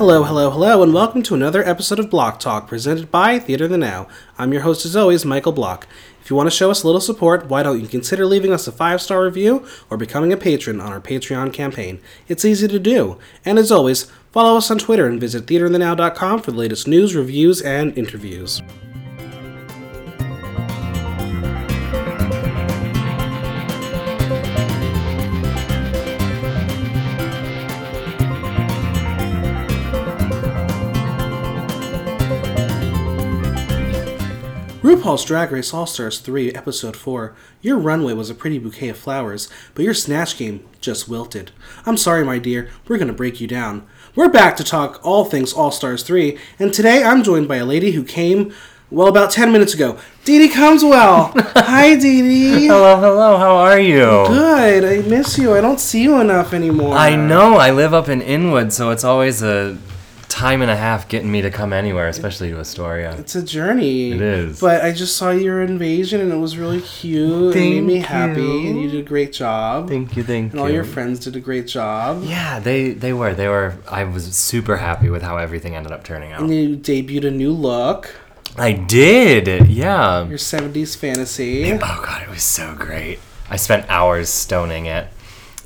Hello, hello, hello, and welcome to another episode of Block Talk presented by Theater the Now. I'm your host, as always, Michael Block. If you want to show us a little support, why don't you consider leaving us a five star review or becoming a patron on our Patreon campaign? It's easy to do. And as always, follow us on Twitter and visit theaterthenow.com for the latest news, reviews, and interviews. RuPaul's Drag Race All Stars 3, Episode 4. Your runway was a pretty bouquet of flowers, but your snatch game just wilted. I'm sorry, my dear, we're gonna break you down. We're back to talk all things All Stars 3, and today I'm joined by a lady who came, well, about 10 minutes ago. Dee Dee Comeswell! Hi, Dee Dee! Hello, hello. How are you? Good, I miss you. I don't see you enough anymore. I know. I live up in Inwood, so it's always a time and a half getting me to come anywhere, especially to Astoria. It's a journey. It is. But I just saw your invasion and it was really cute. and it made Thank me happy you. and you did a great job. Thank you, thank and all your friends did a great job. yeah, they they were they were. I was super happy with how everything ended up turning out. And you debuted a new look, I did. Yeah. your 70s fantasy. Oh god, it was so great. I spent hours stoning it,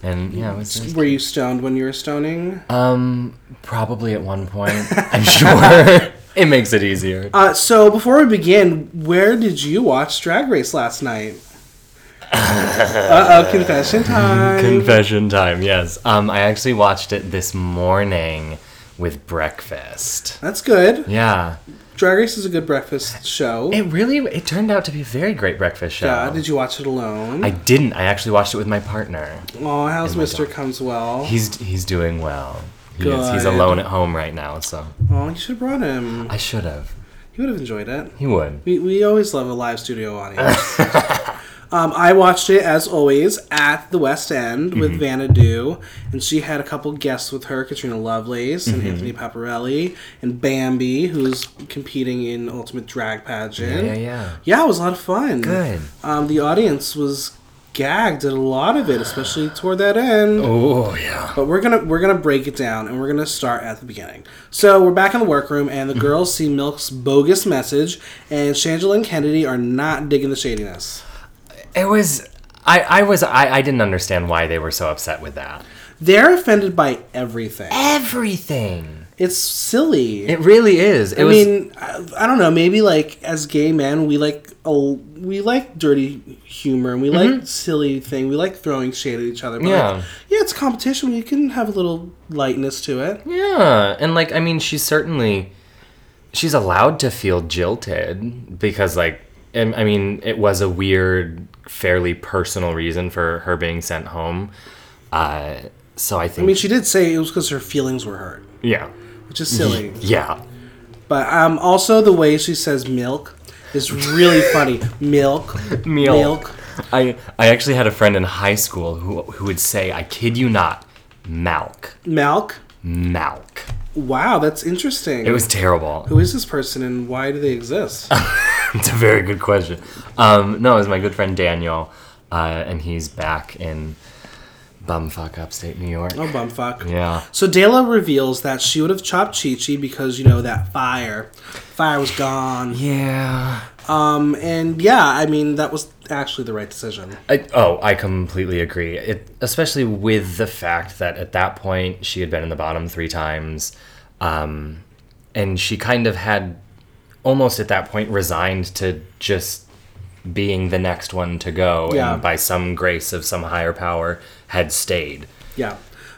and yeah, it was. it was- Were you stoned when you were stoning? Um, probably at one point. I'm sure it makes it easier. Uh, so before we begin, where did you watch Drag Race last night? uh oh, confession time. Confession time, yes. Um, I actually watched it this morning with breakfast. That's good. Yeah, Drag Race is a good breakfast show. it really it turned out to be a very great breakfast show. Yeah, did you watch it alone? I didn't. I actually watched it with my partner. oh, how's Mr. Comeswell? He's he's doing well. He is, he's Good. alone at home right now, so Oh, you should have brought him. I should have. He would have enjoyed it. He would. We, we always love a live studio audience. um, I watched it as always at the West End with Vanna Mm-hmm. Du, and she had a couple guests with her: Katrina Lovelace Mm-hmm. and Anthony Paparelli and Bambi, who's competing in Ultimate Drag Pageant. Yeah, yeah. Yeah, it was a lot of fun. Good. Um, the audience was gagged at a lot of it, especially toward that end. Oh yeah. But we're gonna we're gonna break it down and we're gonna start at the beginning. So we're back in the workroom and the Mm-hmm. girls see Milk's bogus message and Shangela and Kennedy are not digging the shadiness. It was. I, I was I, I didn't understand why they were so upset with that. They're offended by everything. Everything. It's silly. It really is. It I was mean, I, I don't know. Maybe like as gay men, we like oh, we like dirty humor and we like silly thing. We like throwing shade at each other. But yeah, Mm-hmm. Yeah. yeah, it's a competition. You can have a little lightness to it. Yeah, and like I mean, she's certainly she's allowed to feel jilted because like and, I mean, it was a weird, fairly personal reason for her being sent home. Uh, so I think, I mean, she did say it was because her feelings were hurt, yeah, which Mm-hmm. is silly. yeah, But um, also the way she says milk is really funny. Milk, milk. I I actually had a friend in high school who who would say, I kid you not, milk, milk. milk. Wow, that's interesting. It was terrible. Who is this person and why do they exist? Oh, It's a very good question. Um, no, it was my good friend Daniel, uh, and he's back in bumfuck upstate New York. oh, bumfuck. Yeah. So Dela reveals that she would have chopped Chi Chi because, you know, that fire. Fire was gone. Yeah. Um, and yeah, I mean, that was actually the right decision. I, oh, I completely agree. It, especially with the fact that at that point she had been in the bottom three times, um, and she kind of had almost at that point resigned to just being the next one to go, Yeah. and by some grace of some higher power, had stayed. Yeah.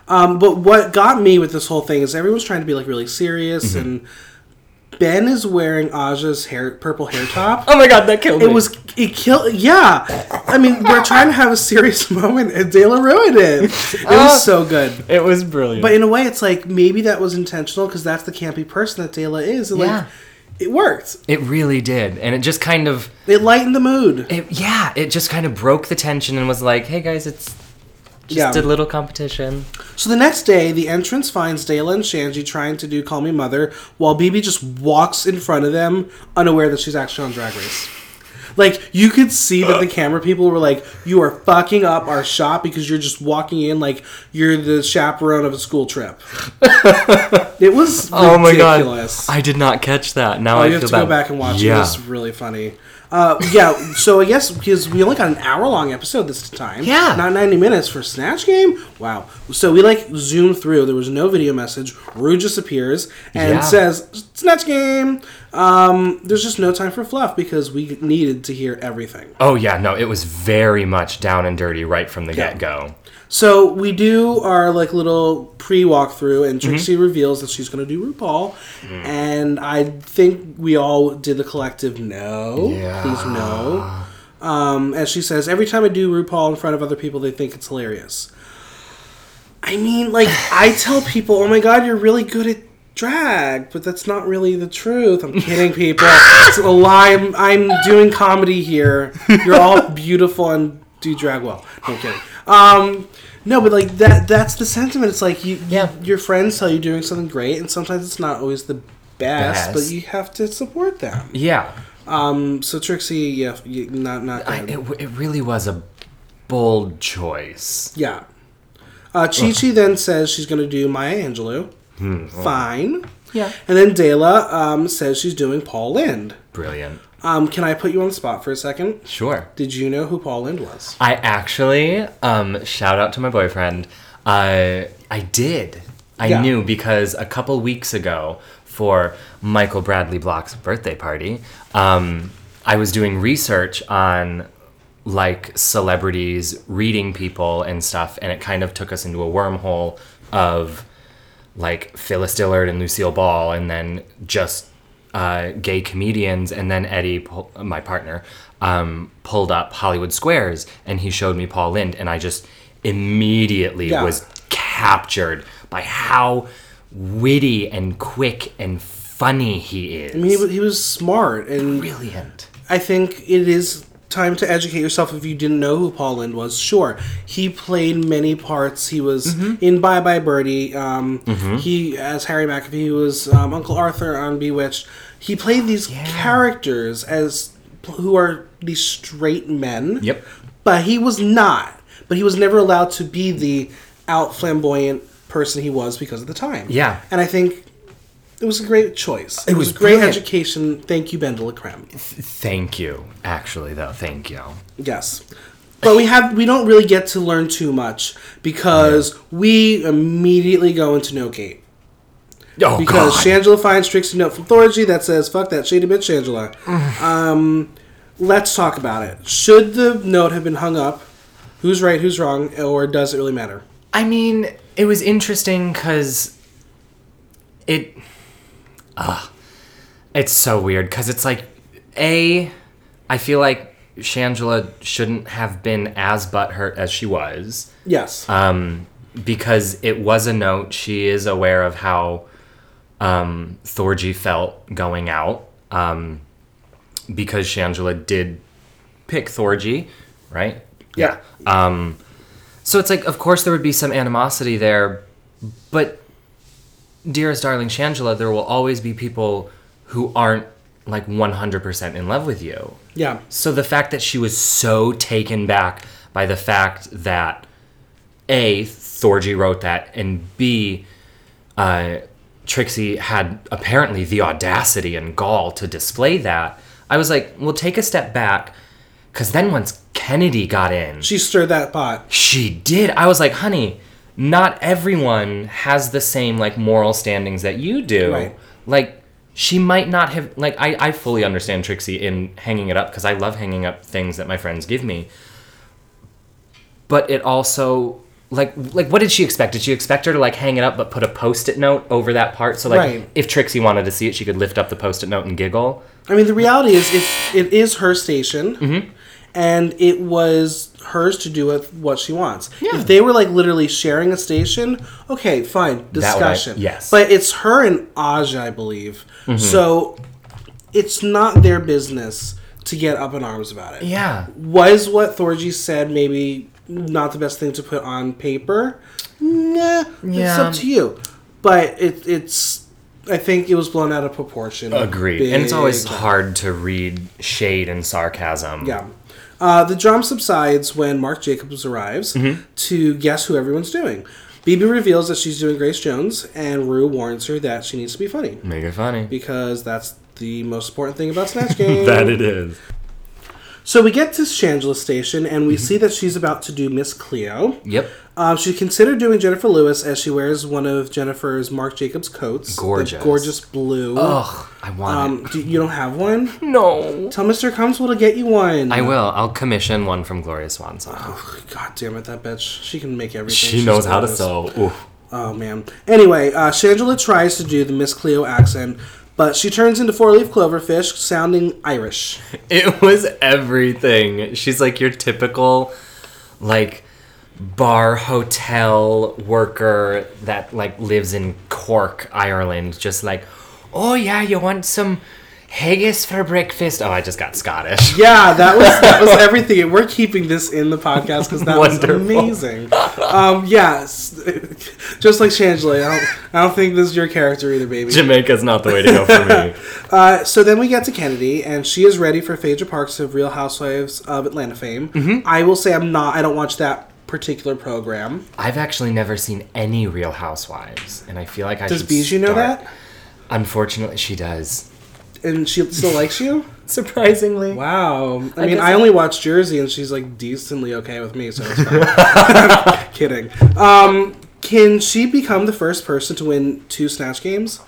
Um, but what got me with this whole thing is everyone's trying to be like really serious Mm-hmm. and Ben is wearing Aja's hair purple hair top. Oh my god, that killed It was it killed. Yeah, I mean we're trying to have a serious moment, and Dela ruined it. It was so good. It was brilliant. But in a way, it's like maybe that was intentional because that's the campy person that Dela is. And Like Yeah. it worked. It really did. And it just kind of It lightened the mood. it, yeah, it just kind of broke the tension and was like, "Hey guys, it's Yeah. just a little competition." So the next day, the entrance finds Dela and Shanji trying to do "Call Me Mother," while BB just walks in front of them, unaware that she's actually on Drag Race. Like you could see that the camera people were like, "You are fucking up our shot because you're just walking in like you're the chaperone of a school trip." it was Oh my god! ridiculous. I did not catch that. Now Oh, I you feel have to bad. go back and watch Yeah. it. It's really funny. Uh, yeah, so I guess because we only got an hour long episode this time. Yeah. Not 90 minutes for Snatch Game? Wow. So we like zoom through. There was no video message. Rue just appears and Yeah. says, Snatch Game! Um, there's just no time for fluff because we needed to hear everything. Oh yeah, no, it was very much down and dirty right from the get go. So we do our like little pre walkthrough, and Trixie reveals that she's going to do RuPaul, and I think we all did the collective no, Yeah. please no. Um, as she says, every time I do RuPaul in front of other people, they think it's hilarious. I mean, like I tell people, oh my god, you're really good at drag, but that's not really the truth. I'm kidding, people. it's a lie. I'm, I'm doing comedy here. You're all beautiful and do drag well. No I'm kidding. Um, no, but like that—that's the sentiment. It's like you, Yeah. your friends tell you doing something great, and sometimes it's not always the best, but Best. you have to support them. Yeah, Um, so Trixie, yeah, you, not not I, it, good. w- it really was a bold choice. yeah. Uh, Chi Chi then says she's going to do Maya Angelou. Hmm, Fine. Yeah. And then Dela um, says she's doing Paul Lind. Brilliant. Um, can I put you on the spot for a second? Sure. Did you know who Paul Lind was? I actually um, shout out to my boyfriend. I I did. I Yeah. knew because a couple weeks ago for Michael Bradley Block's birthday party, um, I was doing research on like celebrities reading people and stuff, and it kind of took us into a wormhole of like Phyllis Dillard and Lucille Ball, and then just uh, gay comedians, and then Eddie, pull, my partner, um, pulled up Hollywood Squares, and he showed me Paul Lind, and I just immediately Yeah. was captured by how witty and quick and funny he is. I mean, he, wa- he was smart, and Brilliant. I think it is time to educate yourself if you didn't know who Paul Lind was. Sure, he played many parts. He was Mm-hmm. in Bye Bye Birdie. Um, He, as Harry McAfee, he was um, Uncle Arthur on Bewitched. He played these characters as who are these straight men. Yep. But he was not. But he was never allowed to be the out flamboyant person he was because of the time. Yeah. And I think it was a great choice. It, was, was a great brilliant. education. Thank you, Ben de la Creme. Thank you, actually, though. Thank you. Yes. But we have we don't really get to learn too much because we immediately go into no gate. Oh, Because God. Shangela finds Trixie note from Thorgy that says, fuck that shady bitch, Shangela. um, let's talk about it. Should the note have been hung up? Who's right, who's wrong, or does it really matter? I mean, it was interesting because it. Ugh. It's so weird because it's like, A, I feel like Shangela shouldn't have been as butthurt as she was Yes. um, because it was a note. She is aware of how um, Thorgy felt going out um, because Shangela did pick Thorgy, right? yeah. So it's like, of course, there would be some animosity there, but dearest darling Shangela, there will always be people who aren't like 100% in love with you. Yeah. So the fact that she was so taken back by the fact that A, Thorgy wrote that, and B, uh, Trixie had apparently the audacity and gall to display that, I was like, well, take a step back. Because then once Kennedy got in, She stirred that pot. she did. I was like, honey, not everyone has the same like moral standings that you do. Right. Like she might not have like I, I fully understand Trixie in hanging it up because I love hanging up things that my friends give me. But it also like like what did she expect? Did she expect her to like hang it up but put a post-it note over that part? So like Right. if Trixie wanted to see it, she could lift up the post-it note and giggle. I mean, the reality is, it's, it is her station, Mm-hmm. and it was hers to do with what she wants. If they were like literally sharing a station, okay, fine, discussion. yes. Mm-hmm. but it's her and Aja, I believe. So it's not their business to get up in arms about it. Yeah. Was what Thorgy said maybe not the best thing to put on paper? Nah, it's Yeah. up to you. But it, it's I think it was blown out of proportion. Agreed. and it's always Big time. hard to read shade and sarcasm. Yeah. Uh, the drum subsides when Mark Jacobs arrives Mm-hmm. to guess who everyone's doing. BB reveals that she's doing Grace Jones, and Rue warns her that she needs to be funny Make it funny. because that's the most important thing about Snatch Game. That it is. So we get to Shangela Station, and we Mm-hmm. see that she's about to do Miss Cleo. Yep. Um, she considered doing Jennifer Lewis as she wears one of Jennifer's Marc Jacobs coats. the Gorgeous. Oh. gorgeous blue. Ugh, I want Um, do, you don't have one? it. No. Tell Mr. Comswell to get you one. I will. I'll commission one from Gloria Swanson. God damn it, that bitch. She can make everything. She She's knows how to gorgeous. sew. Ooh. Oh, man. Anyway, uh, Shangela tries to do the Miss Cleo accent, but she turns into Four Leaf Cloverfish sounding Irish. It was everything. She's like your typical, like, bar hotel worker that like lives in Cork, Ireland. Just like, oh yeah, you want some haggis for breakfast? Oh, I just got Scottish. Yeah, that was that was everything. And We're keeping this in the podcast because that was Wonderful. amazing. Um, yes, just like Shangela, I don't, I don't think this is your character either, baby. Jamaica's not the way to go for me. Uh, so then we get to Kennedy, and she is ready for Phaedra Parks of Real Housewives of Atlanta fame. Mm-hmm. I will say I'm not. I don't watch that particular program. I've actually never seen any Real Housewives, and I feel like I Does should Bijou know start- that? Unfortunately, she does. And she still likes you? Surprisingly. Wow. I, mean, guess I I- only watched Jersey, and she's like decently okay with me, so it's fine. Kidding. Um, can she become the first person to win two Snatch games?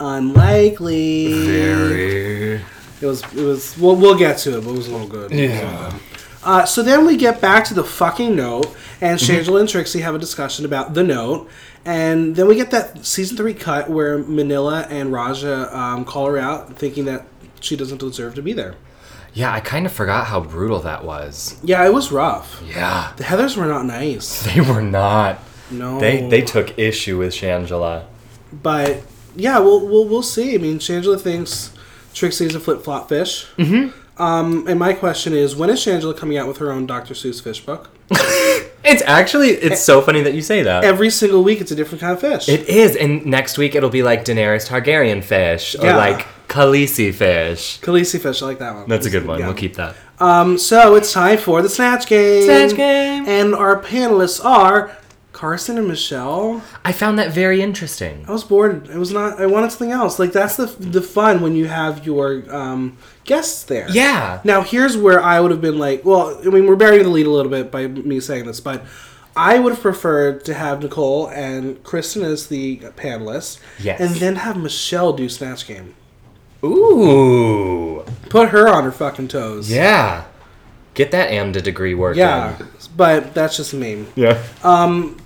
Unlikely. Very. It was. It was. We'll, we'll get to it, but it was no good. Yeah. Uh, so then we get back to the fucking note, and Mm-hmm. Shangela and Trixie have a discussion about the note, and then we get that season three cut where Manila and Raja um, call her out, thinking that she doesn't deserve to be there. Yeah, I kind of forgot how brutal that was. Yeah, it was rough. Yeah. The Heathers were not nice. They were not. No, They they took issue with Shangela. But yeah, we'll we'll, we'll see. I mean, Shangela thinks Trixie's a flip flop fish. Mm-hmm. Um, and my question is, when is Shangela coming out with her own Dr. Seuss fish book? It's actually it's so funny that you say that. Every single week, it's a different kind of fish. it is, and next week it'll be like Daenerys Targaryen fish or Yeah. like Khaleesi fish. Khaleesi fish, I like that one. That's a good one. Yeah. We'll keep that. Um, so it's time for the Snatch Game. Snatch Game. And our panelists are Carson and Michelle. I found that very interesting. I was bored. I was not. I wanted something else. Like that's the the fun when you have your um, guests there. Yeah. Now here's where I would have been like, well, I mean, we're burying the lead a little bit by me saying this, but I would have preferred to have Nicole and Kristen as the panelists. Yes. And then have Michelle do Snatch Game. Ooh. Put her on her fucking toes. Yeah. Get that AMDA degree working. Yeah. But that's just me. Yeah.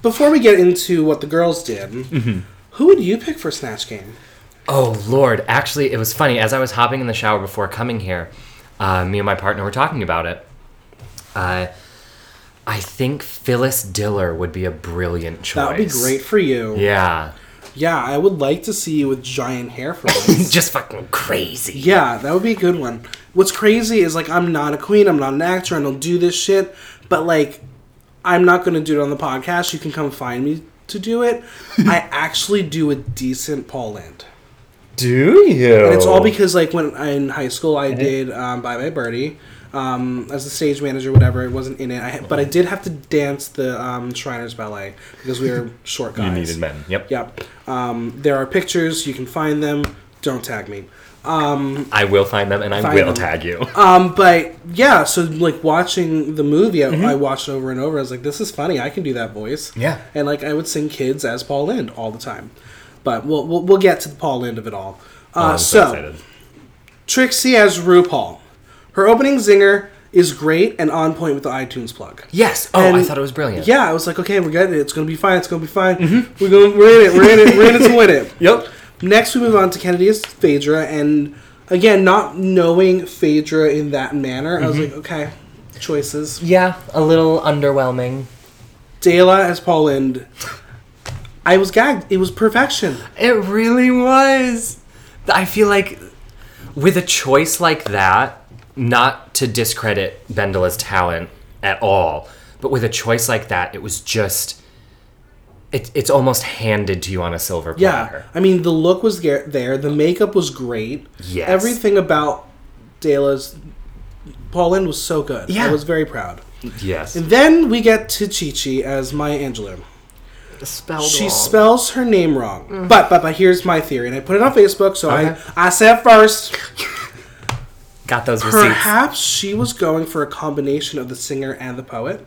Before we get into what the girls did, who would you pick for Snatch Game? Oh Lord! Actually, it was funny. As I was hopping in the shower before coming here, uh, me and my partner were talking about it. Uh, I think Phyllis Diller would be a brilliant choice. That would be great for you. Yeah, Yeah, I would like to see you with giant hair for once. just fucking crazy. yeah, that would be a good one. What's crazy is like I'm not a queen, I'm not an actor, I don't do this shit, but like I'm not gonna do it on the podcast. You can come find me to do it. I actually do a decent Paul Land. Do you? And it's all because like when I, in high school Mhm. I did um, Bye Bye Birdie um, as the stage manager, whatever. I wasn't in it, I, but I did have to dance the um, Shriners Ballet because we were short guys. men. Yep. Yep. Um, there are pictures. You can find them. Don't tag me. I will find them and I Find will them. tag you. Um, but yeah, so like watching the movie, I, I watched it over and over. I was like, this is funny. I can do that voice. Mm-hmm. Yeah. And like I would sing kids as Paul Lind all the time. But we'll we'll, we'll get to the Paul Lind of it all. Uh, Oh, I'm so Trixie as RuPaul. Her opening zinger is great and on point with the iTunes plug. Yes. Oh, I And- thought it was brilliant. Mm-hmm. Yeah, I was like, okay, we're getting it. It's gonna be fine. It's gonna be fine. We're going. We're in it. We're in it. We're in it to win it. Yep. Next, we move on to Kennedy as Phaedra, and again, not knowing Phaedra in that manner, I was Mm-hmm. like, okay, choices. Yeah. A little underwhelming. Dela as Paulind. I was gagged. It was perfection. It really was. I feel like with a choice like that, not to discredit Bendela's talent at all, but with a choice like that, it was just it, it's almost handed to you on a silver Yeah, platter. I mean the look was ge- there. The makeup was great. Yes. everything about Dela's Pauline was so good. I Yeah. was very proud. Yes. And then we get to Chi Chi as Maya Angelou. Spelled She spells her name wrong. But but but here's my theory, and I put it on Facebook, so Okay. I I said first. Got those receipts. Perhaps she was going for a combination of the singer and the poet.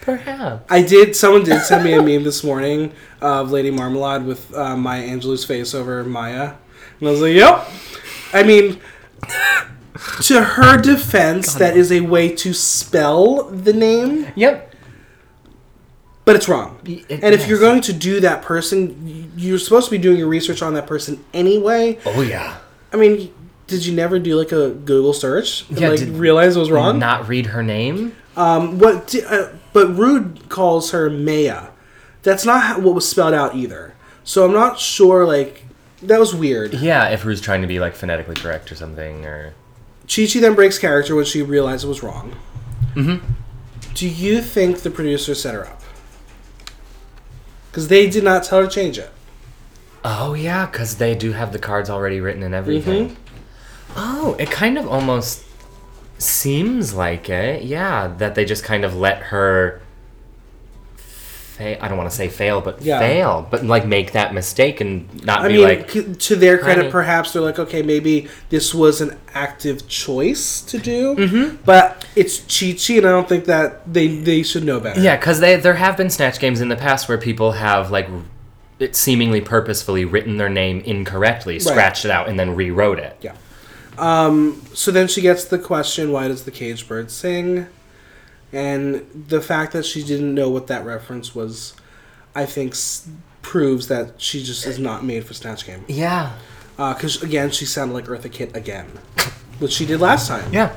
Perhaps. I did. Someone did send me a meme this morning of Lady Marmalade with uh, Maya Angelou's face over Maya, and I was like, "Yep." I mean, to her defense, that is a way to spell the name, Yep. but it's wrong. Y- it- and if you're yes. going to do that person, y- you're supposed to be doing your research on that person anyway. Oh yeah. I mean, did you never do like a Google search and Yeah, like did- realize it was wrong? Not read her name. Um, what? di- Uh, but Rude calls her Maya. That's not how, what was spelled out either. So I'm not sure. Like that was weird. Yeah, if who's trying to be like phonetically correct or something, or Chi Chi then breaks character when she realized it was wrong. Mm-hmm. Do you think the producer set her up? Because they did not tell her to change it. oh yeah, because they do have the cards already written and everything. Mm-hmm. Oh, it kind of almost seems like it. Yeah, that they just kind of let her. Fa- I don't want to say fail, but Yeah. fail, but like make that mistake and not I be mean, like, c- to their credit, honey. perhaps they're like, okay, maybe this was an active choice to do, but it's Chi Chi, and I don't think that they they should know better. Yeah, because they there have been snatch games in the past where people have like r- it seemingly purposefully written their name incorrectly, scratched it out, and then rewrote it. Yeah. Um, so then she gets the question, why does the caged bird sing? And the fact that she didn't know what that reference was, I think, s- proves that she just is not made for Snatch Game. Yeah. Because, again, she sounded like Eartha Kitt again, which she did last time. Yeah.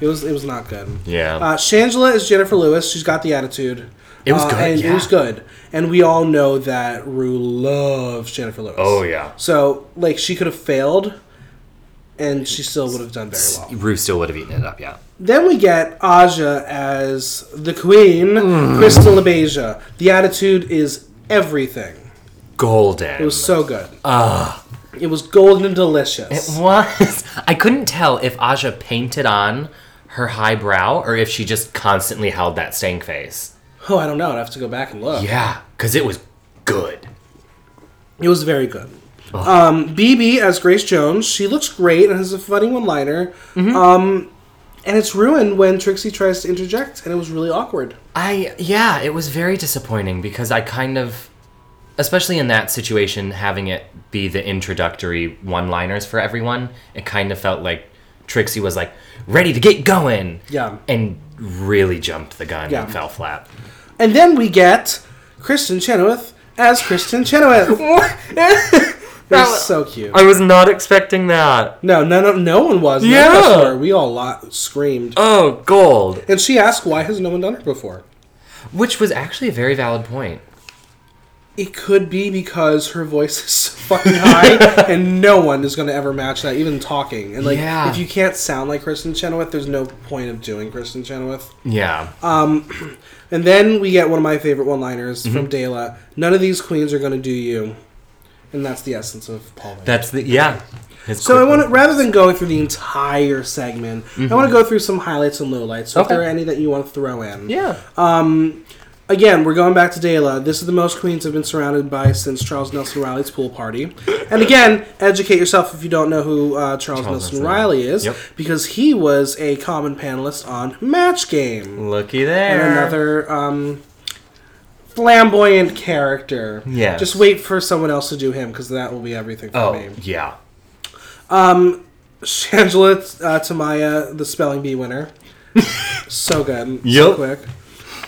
It was, it was not good. Yeah. Uh, Shangela is Jennifer Lewis. She's got the attitude. It was Uh, good, And It yeah. was good. And we all know that Rue loves Jennifer Lewis. Oh, yeah. So like she could have failed, and she still would have done very well. Rue still would have eaten it up. Yeah. Then we get Aja as the queen, Hmm. Crystal Abasia. The attitude is everything. Golden. It was so good. Ah. It was golden and delicious. was. I couldn't tell if Aja painted on her high brow or if she just constantly held that stank face. oh, I don't know. I'd have to go back and look. Yeah, because it was good. It was very good. Oh. Um, BB as Grace Jones, she looks great and has a funny one-liner. Mm-hmm. Um, and it's ruined when Trixie tries to interject, and it was really awkward. I yeah, it was very disappointing because I kind of especially in that situation having it be the introductory one-liners for everyone, it kind of felt like Trixie was like ready to get going. Yeah. And really jumped the gun Yeah. and fell flat. And then we get Kristen Chenoweth as Kristen Chenoweth. They're was- so cute. I was not expecting that. No, no, no, no one was. None of us Yeah. were. We all lo- screamed. Oh, gold. And she asked, why has no one done it before? Which was actually a very valid point. It could be because her voice is so fucking high, and no one is going to ever match that, even talking. And like, Yeah. if you can't sound like Kristen Chenoweth, there's no point of doing Kristen Chenoweth. Yeah. Uh, And then we get one of my favorite one-liners from Mm-hmm. Dela. None of these queens are going to do you, and that's the essence of Paul. Van That's the yeah. His So I quick- want to, rather than going through the entire segment, I want to go through some highlights and lowlights. So if Mm-hmm. Okay. there are any that you want to throw in, Yeah. Again, we're going back to Dela. This is the most queens have been surrounded by since Charles Nelson Riley's pool party. And again, educate yourself if you don't know who uh, Charles, Nelson, Nelson. Riley is, Yep. because he was a common panelist on Match Game, Looky there. and another um, flamboyant character. Yes. Just wait for someone else to do him, because that will be everything for Oh, me. yeah. Shangela uh, Tamaya, the spelling bee winner. so good. So Yup. quick.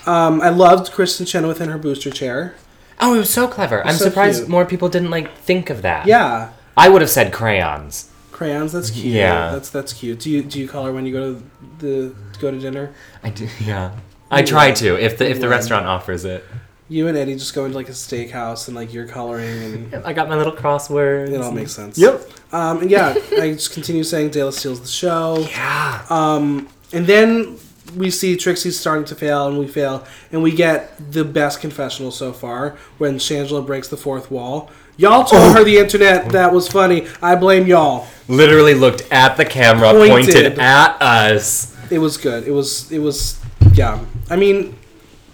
Um, I loved Kristen Chenoweth in her booster chair. Oh, it was so clever. I'm so surprised cute. more people didn't like think of that. Yeah. I would have said crayons. Crayons, that's cute. Yeah. That's that's cute. Do you do you call her when you go to the to go to dinner? I do. Yeah. I try to if the if the restaurant offers it. You and Eddie just go into like a steakhouse and like you're coloring and I got my little crosswords. it all makes sense. Yep. Um, and yeah, I just continue saying Dale steals the show. Yeah. Um, and then we see Trixie starting to fail, and we fail, and we get the best confessional so far when Shangela breaks the fourth wall. Y'all told Oh. her the internet that was funny. I blame y'all. Literally looked at the camera, pointed, Pointed. at us. It was good. It was. It was. Yeah. I mean,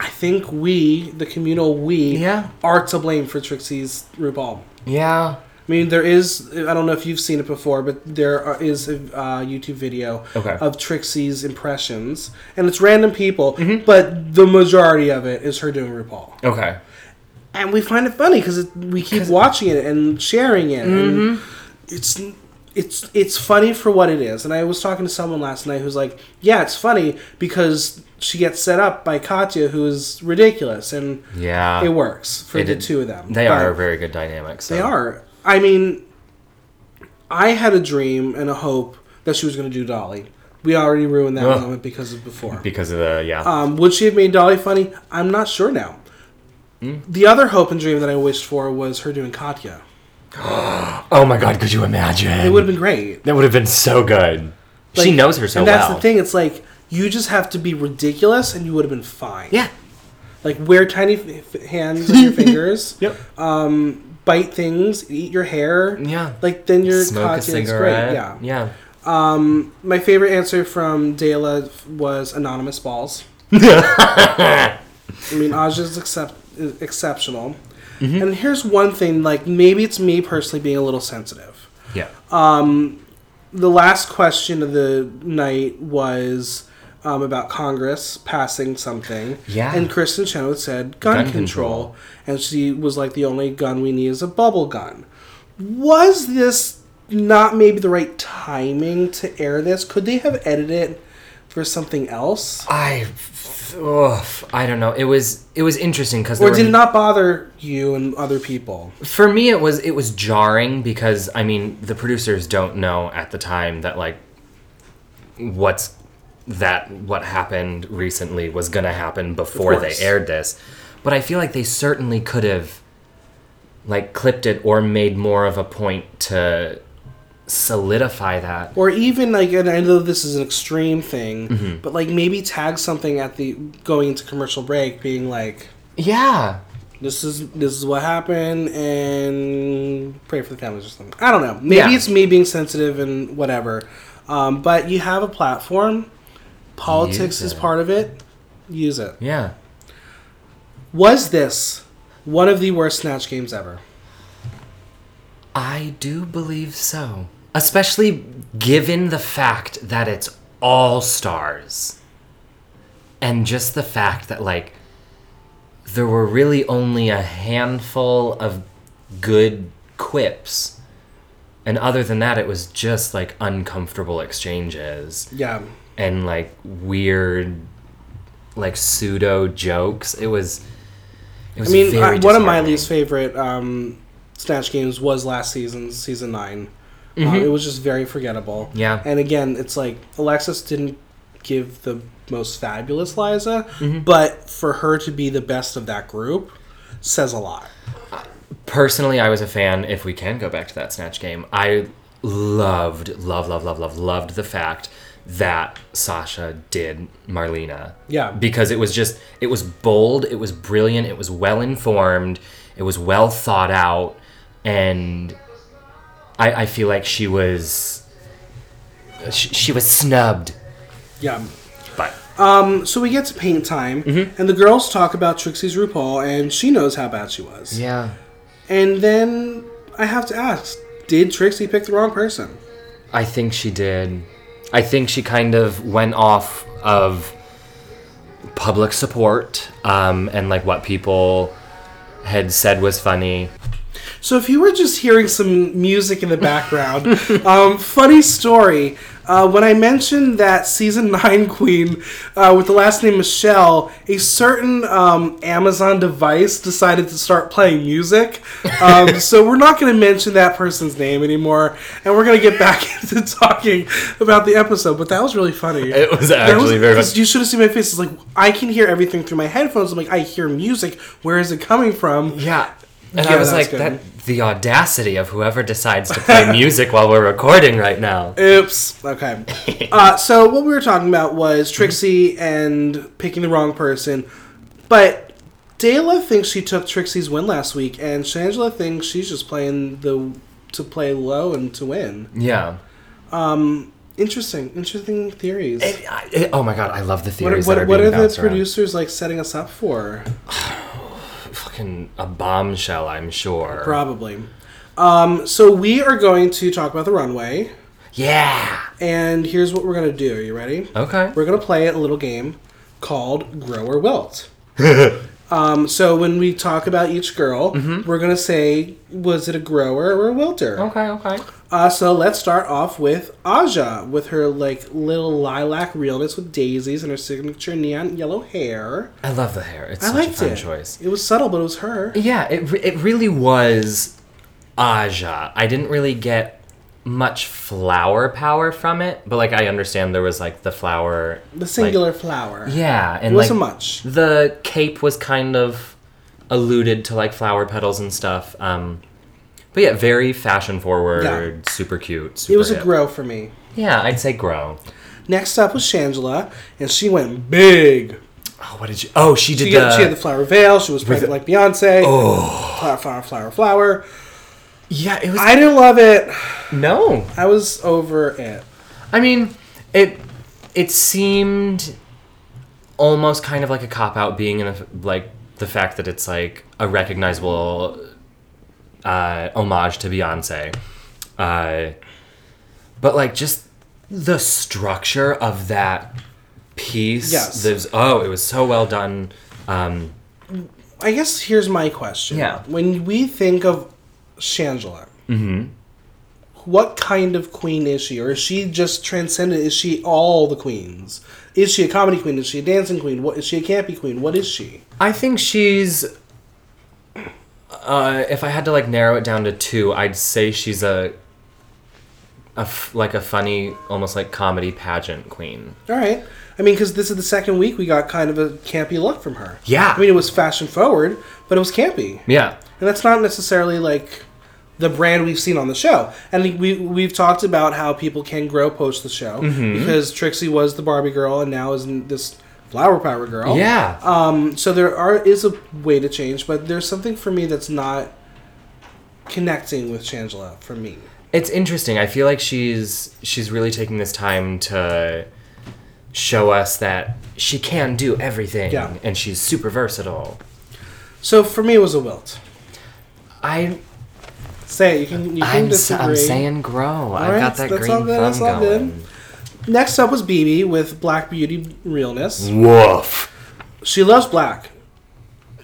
I think we, the communal we, Yeah. are to blame for Trixie's RuPaul. Yeah. I mean, there is. I don't know if you've seen it before, but there are- is a uh, YouTube video Okay. of Trixie's impressions, and it's random people, Mm-hmm. but the majority of it is her doing RuPaul, Okay. and we find it funny because we keep watching it and sharing it. And it's it's it's funny for what it is. And I was talking to someone last night who's like, "Yeah, it's funny because she gets set up by Katya, who is ridiculous, and Yeah. it works for It the did- two of them. They But- are a very good dynamic. So. they are. I mean, I had a dream and a hope that she was going to do Dolly. We already ruined that Ugh. moment because of before. Because of the, yeah. Um, would she have made Dolly funny? I'm not sure now. Hmm. The other hope and dream that I wished for was her doing Katya. oh my god, could you imagine? It would have been great. that would have been so good. she Like, knows her so And that's well. the thing. It's like you just have to be ridiculous, and you would have been fine. Yeah. Like wear tiny f- f- hands on your fingers. Yep. Bite things. Eat your hair. Yeah. Like then your Smoke Katya a is cigarette. great. Yeah. Yeah. My favorite answer from Dela was anonymous balls. I mean, Aja's excep- is exceptional. And here's one thing, like maybe it's me personally being a little sensitive. Yeah. The last question of the night was um, about Congress passing something. Yeah. And Kristen Chenoweth said gun, Gun control. And she was like, the only gun we need is a bubble gun. Was this not maybe the right timing to air this? Could they have edited it for something else? I, oof, I don't know. It was it was interesting because Or did it not bother you and other people? for me it was it was jarring because I mean the producers don't know at the time that like what's that what happened recently was gonna happen before they course. aired this, but I feel like they certainly could have like clipped it or made more of a point to solidify that. Or even like, and I know this is an extreme thing, Mm-hmm. but like maybe tag something at the going into commercial break, being like, Yeah, "This is this is what happened," and pray for the families or something. I don't know. Maybe Yeah. it's me being sensitive and whatever. Um, but you have a platform. Politics is Use it. part of it. Use it. yeah. Was this one of the worst snatch games ever? I do believe so. Especially given the fact that it's all stars. And just the fact that, like, there were really only a handful of good quips. And other than that, it was just, like, uncomfortable exchanges Yeah. and, like, weird, like, pseudo jokes. It was. It was I mean, very I, one of my disheartening. least favorite um, Snatch games was last season's season 9 Um, it was just very forgettable. Mm-hmm. Yeah. And again, it's like Alexis didn't give the most fabulous Liza, Mm-hmm. but for her to be the best of that group says a lot. personally i was a fan if we can go back to that snatch game i loved love love love love loved the fact that sasha did marlena Yeah. because it was just it was bold it was brilliant it was well informed it was well thought out and i i feel like she was she, she was snubbed Yeah. but So we get to paint time, Mm-hmm. and the girls talk about Trixie's RuPaul, and she knows how bad she was. yeah And then I have to ask did Trixie pick the wrong person? I think she did. I think she kind of went off of public support um, and like what people had said was funny. So if you were just hearing some music in the background, um, funny story. Uh, when I mentioned that season nine queen uh, with the last name Michelle, a certain um, Amazon device decided to start playing music. Um, so we're not going to mention that person's name anymore, and we're going to get back into talking about the episode. But that was really funny. It was That was- actually very because much. You should have seen my face. It's like I can hear everything through my headphones. I'm like, I hear music. Where is it coming from? Yeah. And Yeah, I was that's like, good. that, the audacity of whoever decides to play music while we're recording right now. Oops. Okay. uh, so what we were talking about was Trixie and picking the wrong person, but Dayla thinks she took Trixie's win last week, and Shangela thinks she's just playing the to play low and to win. Yeah. Interesting. Interesting theories. It- I- it- oh my god, I love the what are- theories what, that are what being are the bounced around. producers like setting us up for? Fucking a bombshell, I'm sure. Probably. Um, so we are going to talk about the runway, yeah. and here's what we're gonna do. Are you ready? Okay. We're gonna play a little game called Grow or Wilt. um, so when we talk about each girl, Mm-hmm. we're gonna say, was it a grower or a wilter? Okay. Okay. Uh, so let's start off with Aja with her like little lilac realness with daisies and her signature neon yellow hair. I love the hair. It's I such a liked fun it. choice. It was subtle, but it was her. Yeah, it re- it really was Aja. I didn't really get much flower power from it, but like I understand there was like the flower. The singular flower. Yeah, and It wasn't like much. the cape was kind of alluded to like flower petals and stuff. Um, but yeah, very fashion forward, Yeah. super cute. Super It was a hip. grow for me. Yeah, I'd say grow. Next up was Shangela, and she went big. Oh, what did you? Oh, she did She, the. Oh, had, she had the flower veil. She was pregnant like Beyonce. Flower, flower, flower, flower. yeah, it was. I didn't love it. no, I was over it. I mean, it it seemed almost kind of like a cop out, being in a, like the fact that it's like a recognizable uh, homage to Beyonce, uh, but like just the structure of that piece. Yes. There's oh, it was so well done. Um, I guess here's my question. Yeah. When we think of Shangela, Mm-hmm. what kind of queen is she? Or is she just transcendent? Is she all the queens? Is she a comedy queen? Is she a dancing queen? What is she a campy queen? What is she? I think she's. Uh, if I had to like narrow it down to two, I'd say she's a, a f- like a funny, almost like comedy pageant queen. All right. I mean, because this is the second week we got kind of a campy look from her. Yeah. I mean, it was fashion forward, but it was campy. Yeah, and that's not necessarily like the brand we've seen on the show. And we we've talked about how people can grow post the show Mm-hmm. because Trixie was the Barbie girl and now is this flower power girl. yeah. Um. So there are is a way to change, but there's something for me that's not connecting with Shangela for me. it's interesting. I feel like she's she's really taking this time to show us that she can do everything, Yeah. and she's super versatile. So for me, it was a wilt. I Say it. You can. You can I'm, s- disagree. I'm saying grow. I've right, got that that's green all good, thumb that's all good. going. Next up was BB with Black Beauty realness. Woof. She loves black.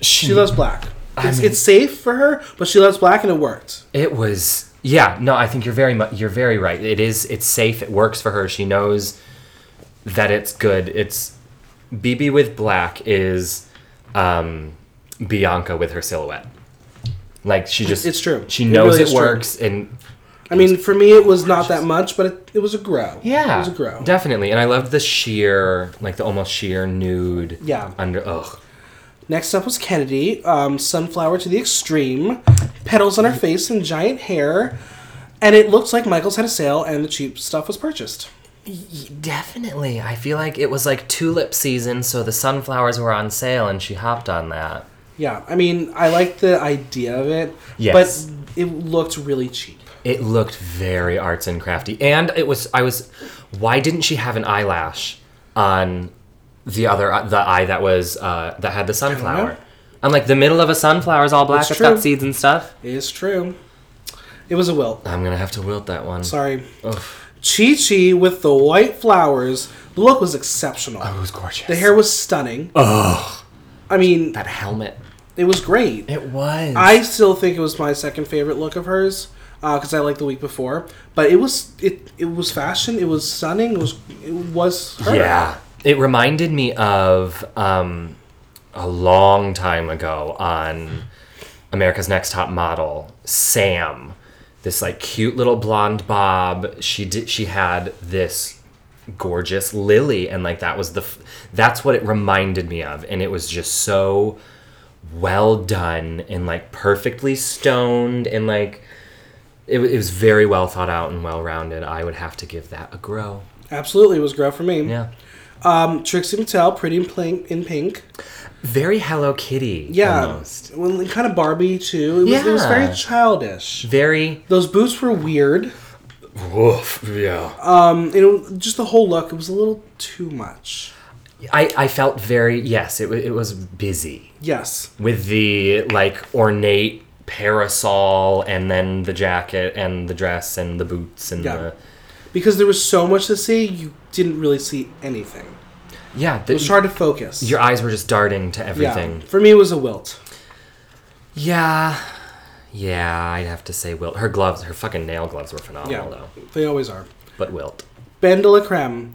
She loves black. Mm. It's, it's safe for her, but she loves black, and it worked. It was yeah. No, I think you're very mu- you're very right. It is it's safe. It works for her. She knows that it's good. It's BB with black is um, Bianca with her silhouette. Like she just It's true. She It knows really it, is true. works and I mean, for me, it was not that much, but it, it was a grow. yeah, it was a grow. definitely. And I loved the sheer like the almost sheer nude. Yeah. Under ugh. Next up was Kennedy, um, sunflower to the extreme, petals on Mm-hmm. her face and giant hair, and it looks like Michaels had a sale and the cheap stuff was purchased. Definitely. I feel like it was like tulip season, so the sunflowers were on sale and she hopped on that. Yeah, I mean, I like the idea of it, Yes. but it looked really cheap. It looked very arts and crafty, and it was. I was. Why didn't she have an eyelash on the other the eye that was uh, that had the sunflower? I'm like the middle of a sunflower is all black. It's It's true. got seeds and stuff. It's true. It was a wilt. I'm gonna have to wilt that one. Sorry. Ugh. Chi Chi with the white flowers. The look was exceptional. Oh, It was gorgeous. The hair was stunning. Ugh. I mean, that helmet. it was great. It was. I still think it was my second favorite look of hers because I liked the week before. But it was it it was fashion. It was stunning. It was it was her. Yeah. It reminded me of um, a long time ago on America's Next Top Model, Sam. This like cute little blonde bob. She did. She had this gorgeous lily, and like that was the. F- that's what it reminded me of, and it was just so well done and like perfectly stoned and like it, wa- it was very well thought out and well rounded. I would have to give that a grow. Absolutely, it was grow for me. Yeah. Um, Trixie Mattel, pretty in, pink, in pink. Very Hello Kitty. Yeah, Almost. well, kind of Barbie too. It was, it was Yeah. very childish. Very. Those boots were weird. Woof. Yeah. Um, you know, just the whole look. It was a little too much. I, I felt very. Yes, it, wa- it was busy Yes, with the like ornate parasol and then the jacket and the dress and the boots and Yeah. the. because there was so much to see, you didn't really see anything. Yeah. It The, was hard to focus. your eyes were just darting to Yeah. everything. For me, it was a wilt. Yeah. Yeah, I'd have to say Wilt. Her gloves, her fucking nail gloves were Yeah, phenomenal though. they always are. But Wilt. Ben de la Creme.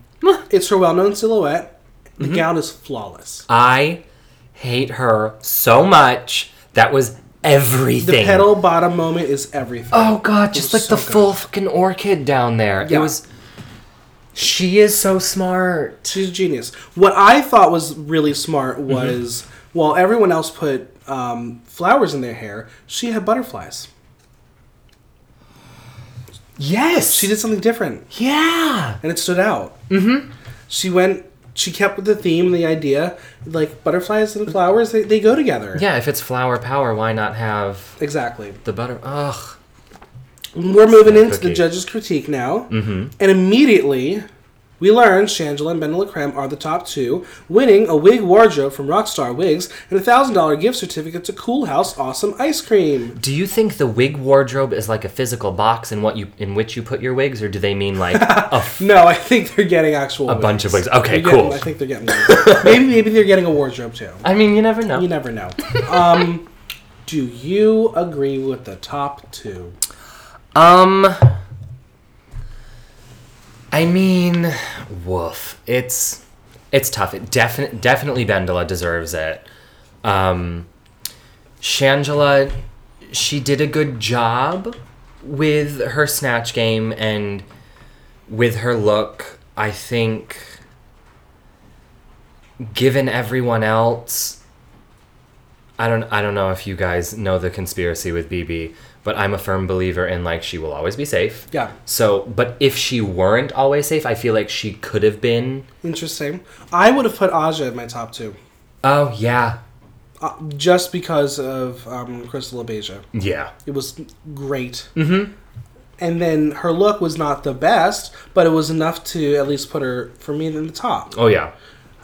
it's her well-known silhouette. The gown is flawless. I hate her so much. That was The everything. petal bottom moment is everything. Oh god, just like was the so good. full fucking orchid down there. Yeah. It was She is so smart. She's a genius. What I thought was really smart was while everyone else put um, flowers in their hair, she had butterflies. Yes. She did something different, Yeah. and it stood out. Mm-hmm. She went. She kept with the theme, the idea, like butterflies and flowers. They, they go together. Yeah, if it's flower power, why not have Exactly. the butter Ugh. We're moving into the Cookie. judges' critique now, mm-hmm. and immediately we learn Shangela and Ben de la Creme are the top two, winning a wig wardrobe from Rockstar Wigs and a thousand dollar gift certificate to Cool House Awesome Ice Cream. Do you think the wig wardrobe is like a physical box in what you in which you put your wigs, or do they mean like a No, I think they're getting actual a bunch of wigs. Okay, cool. I think they're getting wigs. maybe maybe they're getting a wardrobe too. I mean, you never know. You never know. Um, do you agree with the top two? Um, I mean, woof. It's it's tough. It definitely definitely Bendola deserves it. Um, Shangela, she did a good job with her snatch game and with her look. I think, given everyone else, I don't I don't know if you guys know the conspiracy with BB, but I'm a firm believer in like she will always be safe. Yeah, So, but if she weren't always safe, I feel like she could have been. interesting. I would have put Aja in my top two, Oh yeah, uh, just because of um, Crystal Abasia. yeah, It was great. Mm-hmm. And then her look was not the best, but it was enough to at least put her for me in the top. oh yeah.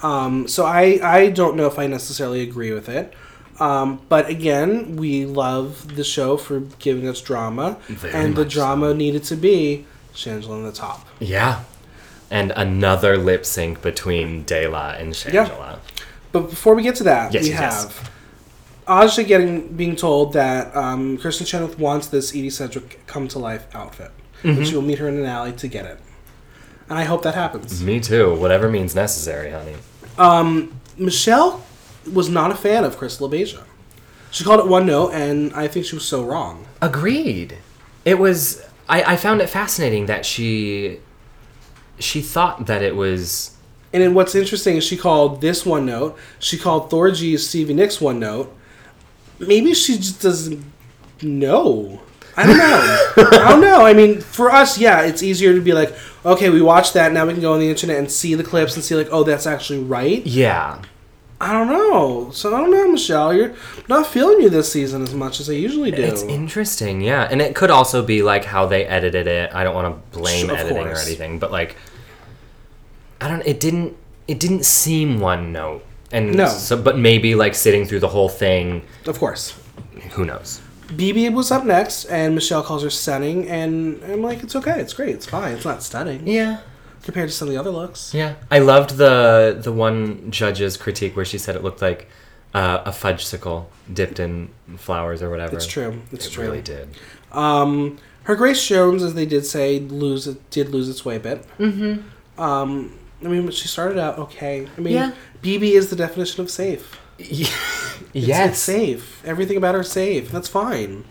Um, so I, I don't know if I necessarily agree with it. Um, but again, we love the show for giving us drama, Very and the much drama needed to be Shangela on the top. Yeah. And another lip sync between Dela and Shangela. But before we get to that, Yes, we yes, yes. have Aja getting being told that um, Kristen Chenoweth wants this Edie Sedgwick come to life outfit, Mm-hmm. and she will meet her in an alley to get it. And I hope that happens. Me too. Whatever means necessary, honey. Mm-hmm. Michelle was not a fan of Crystal Abasia. She called it one note, and I think she was so wrong. Agreed. It was. I, I found it fascinating that she. She thought that it was. And then what's interesting is she called this one note. She called Thor G's Stevie Nicks one note. Maybe she just doesn't know. I don't know. I don't know. I mean, for us, yeah, it's easier to be like, okay, we watched that. Now we can go on the internet and see the clips and see like, oh, that's actually right. Yeah. I don't know. So I don't know, Michelle. You're not feeling you this season as much as I usually do. It's interesting, yeah. And it could also be like how they edited it. I don't want to blame Sure, of editing course. or anything, but like I don't it didn't it didn't seem one note. And No. so but maybe like sitting through the whole thing, of course. who knows. BB was up next, and Michelle calls her stunning, and I'm like, it's okay, it's great, it's fine, it's not stunning Yeah. compared to some of the other looks. Yeah. I loved the the one judge's critique where she said it looked like uh, a fudgesicle dipped in flowers or whatever. It's true. It's It true. really did. Um, her Grace Jones, as they did say, lose it did lose its way a bit. Mm-hmm. Um, I mean, but she started out okay. I mean, Yeah. BB is the definition of safe. It's- yes. it's safe. Everything about her is safe. That's fine.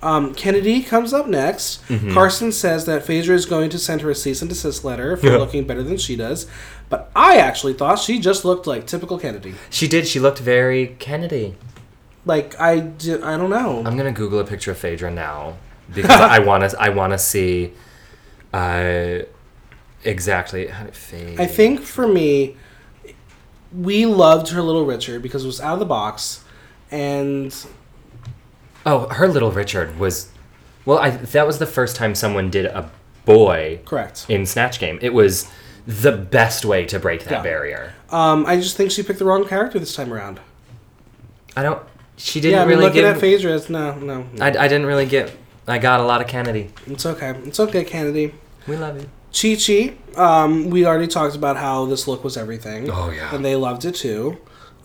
Um, Kennedy comes up next. Mm-hmm. Carson says that Phaedra is going to send her a cease and desist letter for Yeah. looking better than she does, but I actually thought she just looked like typical Kennedy. She did. She looked very Kennedy. Like I, do, I don't know. I'm gonna Google a picture of Phaedra now because I want to. I want to see uh, exactly how did Phaedra. I think for me, we loved her little Richard because it was out of the box, and Oh, her little Richard was. Well, I, that was the first time someone did a boy correct. in Snatch Game. It was the best way to break that Yeah. barrier. Um, I just think she picked the wrong character this time around. I don't. She yeah, didn't I mean, really looking at give. Phaedra, it's no, no, no. I, I didn't really get. I got a lot of Kennedy. it's okay. It's okay, Kennedy. We love you. Chi Chi, um, we already talked about how this look was everything. Oh, yeah. And they loved it too.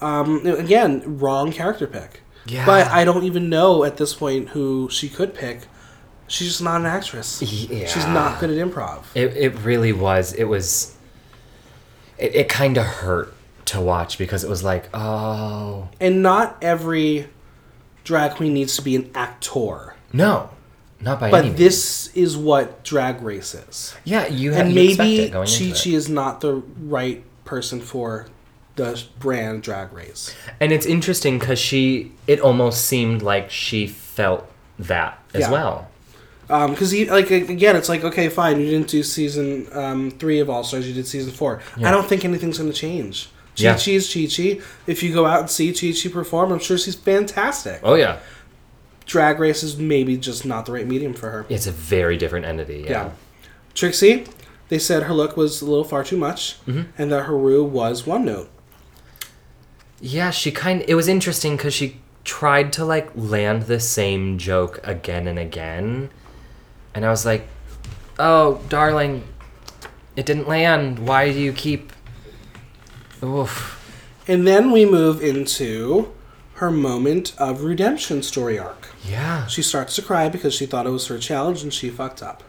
Um, again, wrong character pick. Yeah. But I don't even know at this point who she could pick. She's just not an actress. Yeah. She's not good at improv. It, it really was. It was. It, it kind of hurt to watch because it was like, oh. And not every drag queen needs to be an actor. No. Not by any But means. this is what drag race is. Yeah, you had And you expect maybe it going Chi into it. Chi is not the right person for the brand drag race. And it's interesting because she, it almost seemed like she felt that as Yeah. well. because he Um, like again it's like okay fine you didn't do season um, three of all stars you did season four i don't think anything's going to change chi Yeah. chi is chi chi if you go out and see chi chi perform i'm sure she's fantastic Oh yeah, drag race is maybe just not the right medium for her it's a very different entity. Yeah. yeah trixie they said her look was a little far too much and that her roux was one note Yeah, she kind. It was interesting because she tried to like land the same joke again and again, and I was like, "Oh, darling, it didn't land. Why do you keep?" Oof. and then we move into her moment of redemption story arc Yeah. She starts to cry because she thought it was her challenge and she fucked up.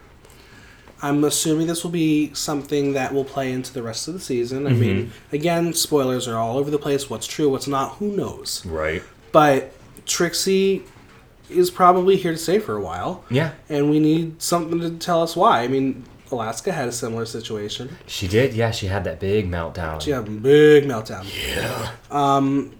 I'm assuming this will be something that will play into the rest of the season. I mean, again, spoilers are all over the place. What's true, what's not, who knows? Right. But Trixie is probably here to stay for a while. Yeah. And we need something to tell us why. I mean, Alaska had a similar situation. She did. Yeah, she had that big meltdown. She had a big meltdown. Yeah. Um,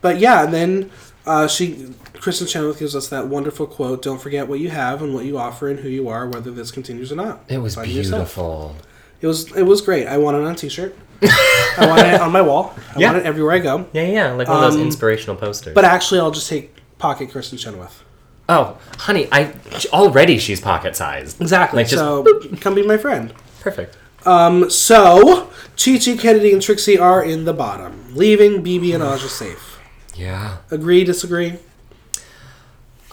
but yeah, and then uh, she, Kristen Chenoweth gives us that wonderful quote: "Don't forget what you have and what you offer and who you are, whether this continues or not." It was Find yourself. beautiful. It was it was great. I want it on a T-shirt. I want it on my wall. I Yeah. want it everywhere I go. Yeah, yeah, like one of those Um, inspirational posters. But actually, I'll just take pocket Kristen Chenoweth. Oh, honey, I already she's pocket sized. Exactly. Like just so come be my friend. perfect. Um, so Chi Chi, Kennedy, and Trixie are in the bottom, leaving BB and Aja safe. Yeah. Agree? Disagree?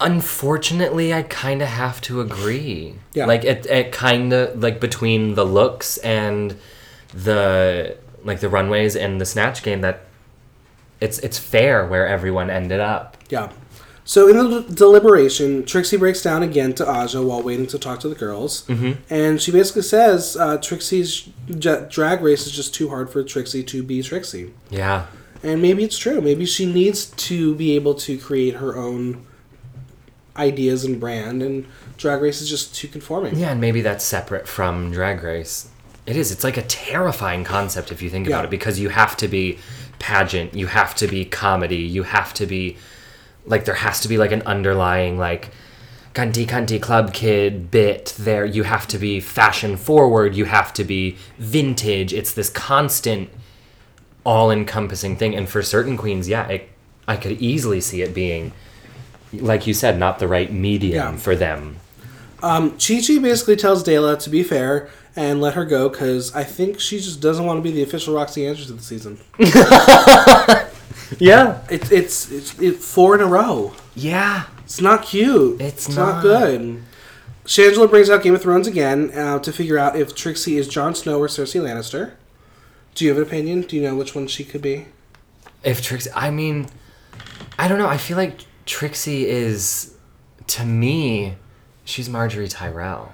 Unfortunately, I kind of have to agree. Yeah. Like it, it kind of like between the looks and the like the runways and the snatch game that it's it's fair where everyone ended up. Yeah. So in the del- deliberation, Trixie breaks down again to Aja while waiting to talk to the girls, mm-hmm. and she basically says uh, Trixie's j- drag race is just too hard for Trixie to be Trixie, Yeah. and maybe it's true. Maybe she needs to be able to create her own ideas and brand, and drag race is just too conforming. Yeah, and maybe that's separate from Drag Race. It is. It's like a terrifying concept if you think about Yeah. it because you have to be pageant, you have to be comedy, you have to be like there has to be like an underlying like cunty cunty club kid bit there. You have to be fashion forward, you have to be vintage. It's this constant all encompassing thing and for certain queens, yeah, it, I could easily see it being like you said, not the right medium Yeah. for them. Um, Chi Chi basically tells Dela to be fair and let her go because I think she just doesn't want to be the official Roxy Andrews of the season. Yeah. It's it's it's it, four in a row. Yeah. It's not cute. It's not. good. Shangela brings out Game of Thrones again uh, to figure out if Trixie is Jon Snow or Cersei Lannister. Do you have an opinion? Do you know which one she could be? If Trixie, I mean, I don't know. I feel like Trixie is, to me, she's Marjorie Tyrell.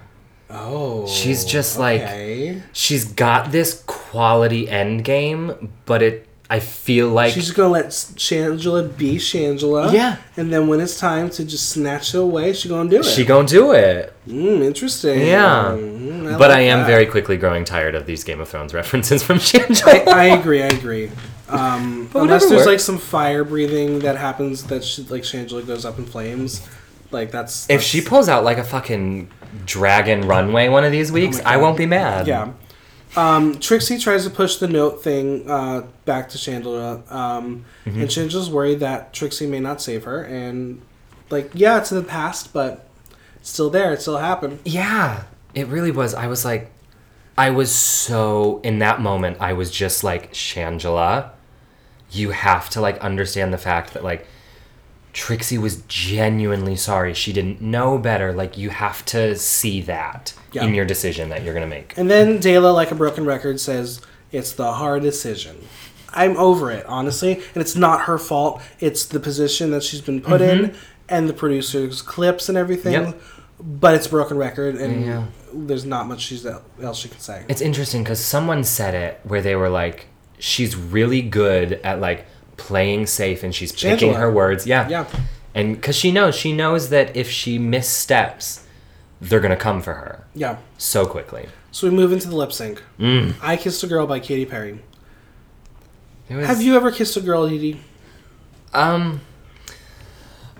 Oh, She's just like- like She's got this quality end game, but it. I feel like she's just gonna let S- Shangela be Shangela. Yeah. and then when it's time to just snatch it away, she gonna do it. she gonna do it. mm, interesting. Yeah, Mm, but like I am that. very quickly growing tired of these Game of Thrones references from Shangela. I, I agree. I agree. Um, But unless whatever there's like works. some fire breathing that happens that she, like Shangela goes up in flames, like that's, If she pulls out like a fucking dragon runway one of these weeks, I won't be mad. Oh yeah. Um, Trixie tries to push the note thing uh, back to Shangela, um, Mm-hmm. and Shangela's worried that Trixie may not save her, and like yeah, it's in the past, but it's still there, it still happened. Yeah, it really was. I was like, I was so in that moment. I was just like, Shangela, you have to like understand the fact that like Trixie was genuinely sorry. She didn't know better. Like you have to see that Yeah. in your decision that you're gonna make. And then Dayla, like a broken record, says, It's the hard decision. I'm over it, honestly. And it's not her fault. It's the position that she's been put in and the producer's clips and everything. Mm-hmm. Yep. But it's a broken record, and Yeah. there's not much she's else she can say. It's interesting because someone said it where they were like, she's really good at like playing safe and she's picking Shangela. her words. Yeah. Yeah. And because she knows, she knows that if she missteps, they're going to come for her yeah. so quickly. So we move into the lip sync. Mm. I Kissed a Girl by Katy Perry. It was, Have you ever kissed a girl, Dee Dee? Um,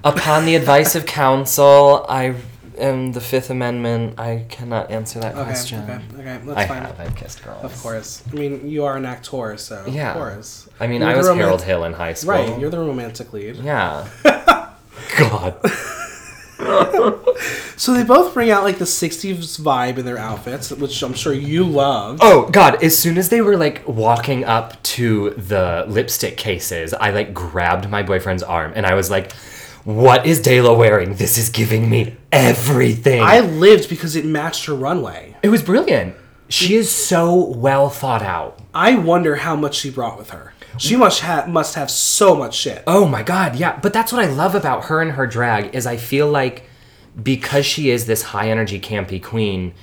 upon the advice of counsel, I am the Fifth Amendment. I cannot answer that Okay, question. okay, okay. That's I fine. have. I've kissed girls. Of course. I mean, you are an actor, so Yeah. of course. I mean, You're I the was romantic- Harold Hill in high school. Right, you're the romantic lead. yeah. God. So they both bring out like the '60s vibe in their outfits, which I'm sure you love. Oh God! As soon as they were like walking up to the lipstick cases, I like grabbed my boyfriend's arm and I was like, "What is Dayla wearing? This is giving me everything." I lived because it matched her runway. it was brilliant. She is so well thought out. I wonder how much she brought with her. She must have must have so much shit. Oh my God! Yeah, but that's what I love about her and her drag is I feel like because she is this high energy campy queen,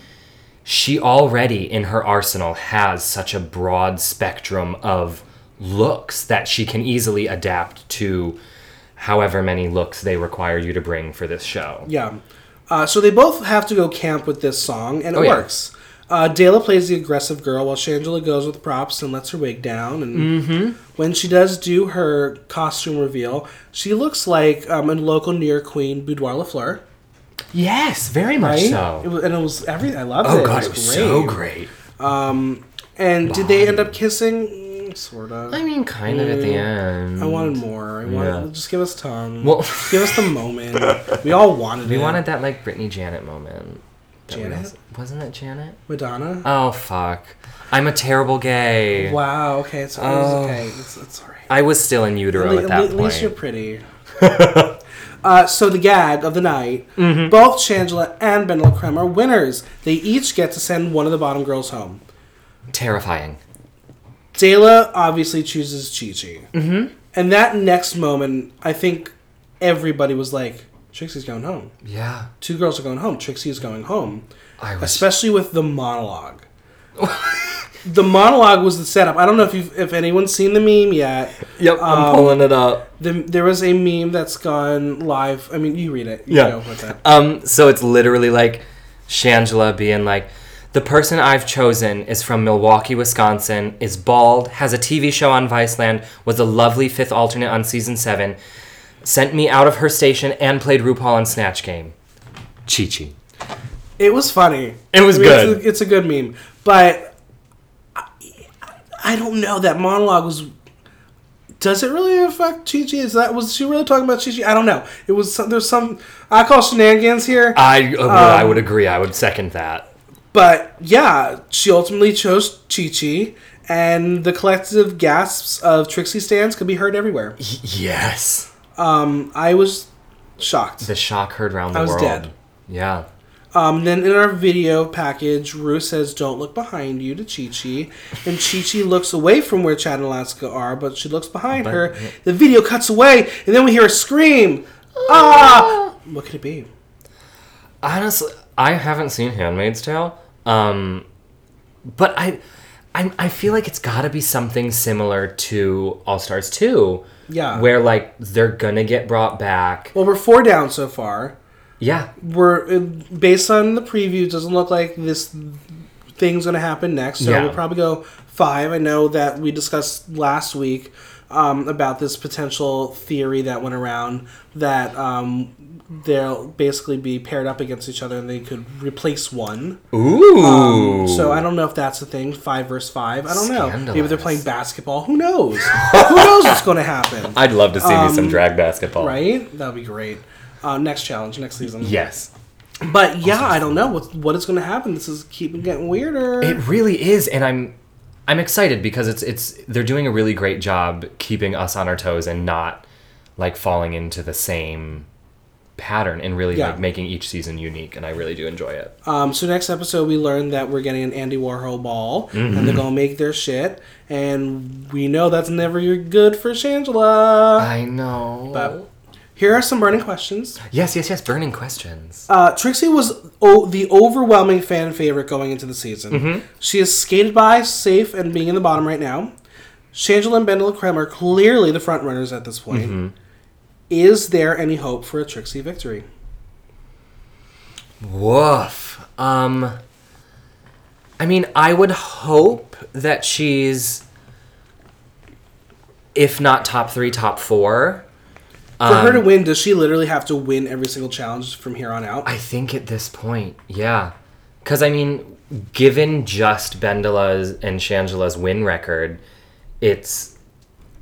she already in her arsenal has such a broad spectrum of looks that she can easily adapt to however many looks they require you to bring for this show. Yeah. Uh, so they both have to go camp with this song, and it Oh, yeah. works. Uh, Dayla plays the aggressive girl while Shangela goes with props and lets her wig down. And Mm-hmm. when she does do her costume reveal, she looks like um, a local New York queen, Boudoir LaFleur. Yes, very much Right? It so. was, and it was everything. I loved it. Oh God, it was so great. And did they end up kissing? Mm, Sort of. Mm, I mean, kind of at the I end. wanted more. I wanted Yeah. just give us tongue. Well- give us the moment. We all wanted We it. wanted that like Britney Janet moment. That we Janet? was- Wasn't that Janet? Madonna. Oh fuck. I'm a terrible gay. wow. Okay. It's, it was okay. It's, it's all right. I was still in utero Le- Um, at that le- at least point. you're pretty. uh, so the gag of the night. Both Shangela and Ben Lacreme are winners. They each get to send one of the bottom girls home. Terrifying. Dayla obviously chooses Chi Chi. Mm-hmm. And that next moment, I think everybody was like, Trixie's going home. Yeah. two girls are going home. Trixie is going home. I was- Especially with the monologue. the monologue was the setup. I don't know if you've, if anyone's seen the meme yet. Yep, I'm pulling it up. The, there was a meme that's gone live. I mean, you read it. You Yeah. know what that- Um, so it's literally like Shangela being like, the person I've chosen is from Milwaukee, Wisconsin, is bald, has a TV show on Viceland, was a lovely fifth alternate on season seven, sent me out of her station, and played RuPaul in Snatch Game. Chi Chi. It was funny. It was it's a- good. It's a, good meme, but I, I don't know. That monologue was. Does it really affect Chi Chi? Is that was she really talking about Chi Chi? I don't know. It was some- there's some I call shenanigans here. I, uh, well, I would agree. I would second that. But yeah, she ultimately chose Chi Chi, and the collective gasps of Trixie stands could be heard everywhere. yes. I was shocked. The shock heard round the I was world. dead. Yeah. Um, then in our video package, Rue says, Don't look behind you to Chi Chi. And Chi Chi looks away from where Chad and Alaska are, but she looks behind her. The video cuts away, and then we hear a scream. Ah! What could it be? Honestly, I haven't seen Handmaid's Tale, um, but I, I, I feel like it's got to be something similar to All Stars Two. Yeah. where like they're gonna get brought back. Well, we're four down so far. Yeah, We're, based on the preview, it doesn't look like this thing's going to happen next. So Yeah. we'll probably go five. I know that we discussed last week um, about this potential theory that went around that um, they'll basically be paired up against each other and they could replace one. Ooh. Um, so I don't know if that's the thing, five versus five. I don't know. Maybe they're Scandalous. playing basketball. Who knows? Who knows what's going to happen? I'd love to see me some drag basketball. um, Right? That'd be great. Uh, next challenge, next season. Yes. But yeah, I don't know what what is going to happen. This is keeping getting weirder. It really is, and I'm I'm excited because it's it's they're doing a really great job keeping us on our toes and not like falling into the same pattern and really Yeah. like making each season unique and I really do enjoy it. Um, so next episode, we learn that we're getting an Andy Warhol ball, and they're gonna make their shit. And we know that's never good for Shangela. I know. But here are some burning questions. yes, yes, yes, burning questions. Uh, Trixie was o- the overwhelming fan favorite going into the season. She is skated by, safe, and being in the bottom right now. Shangela and Bendel Krem are clearly the front runners at this point. Is there any hope for a Trixie victory? Woof. Um I mean, I would hope that she's if not top 3, top 4. For her to win, does she literally have to win every single challenge from here on out? I think at this point, yeah. Because, I mean, given just Bendela's and Shangela's win record, it's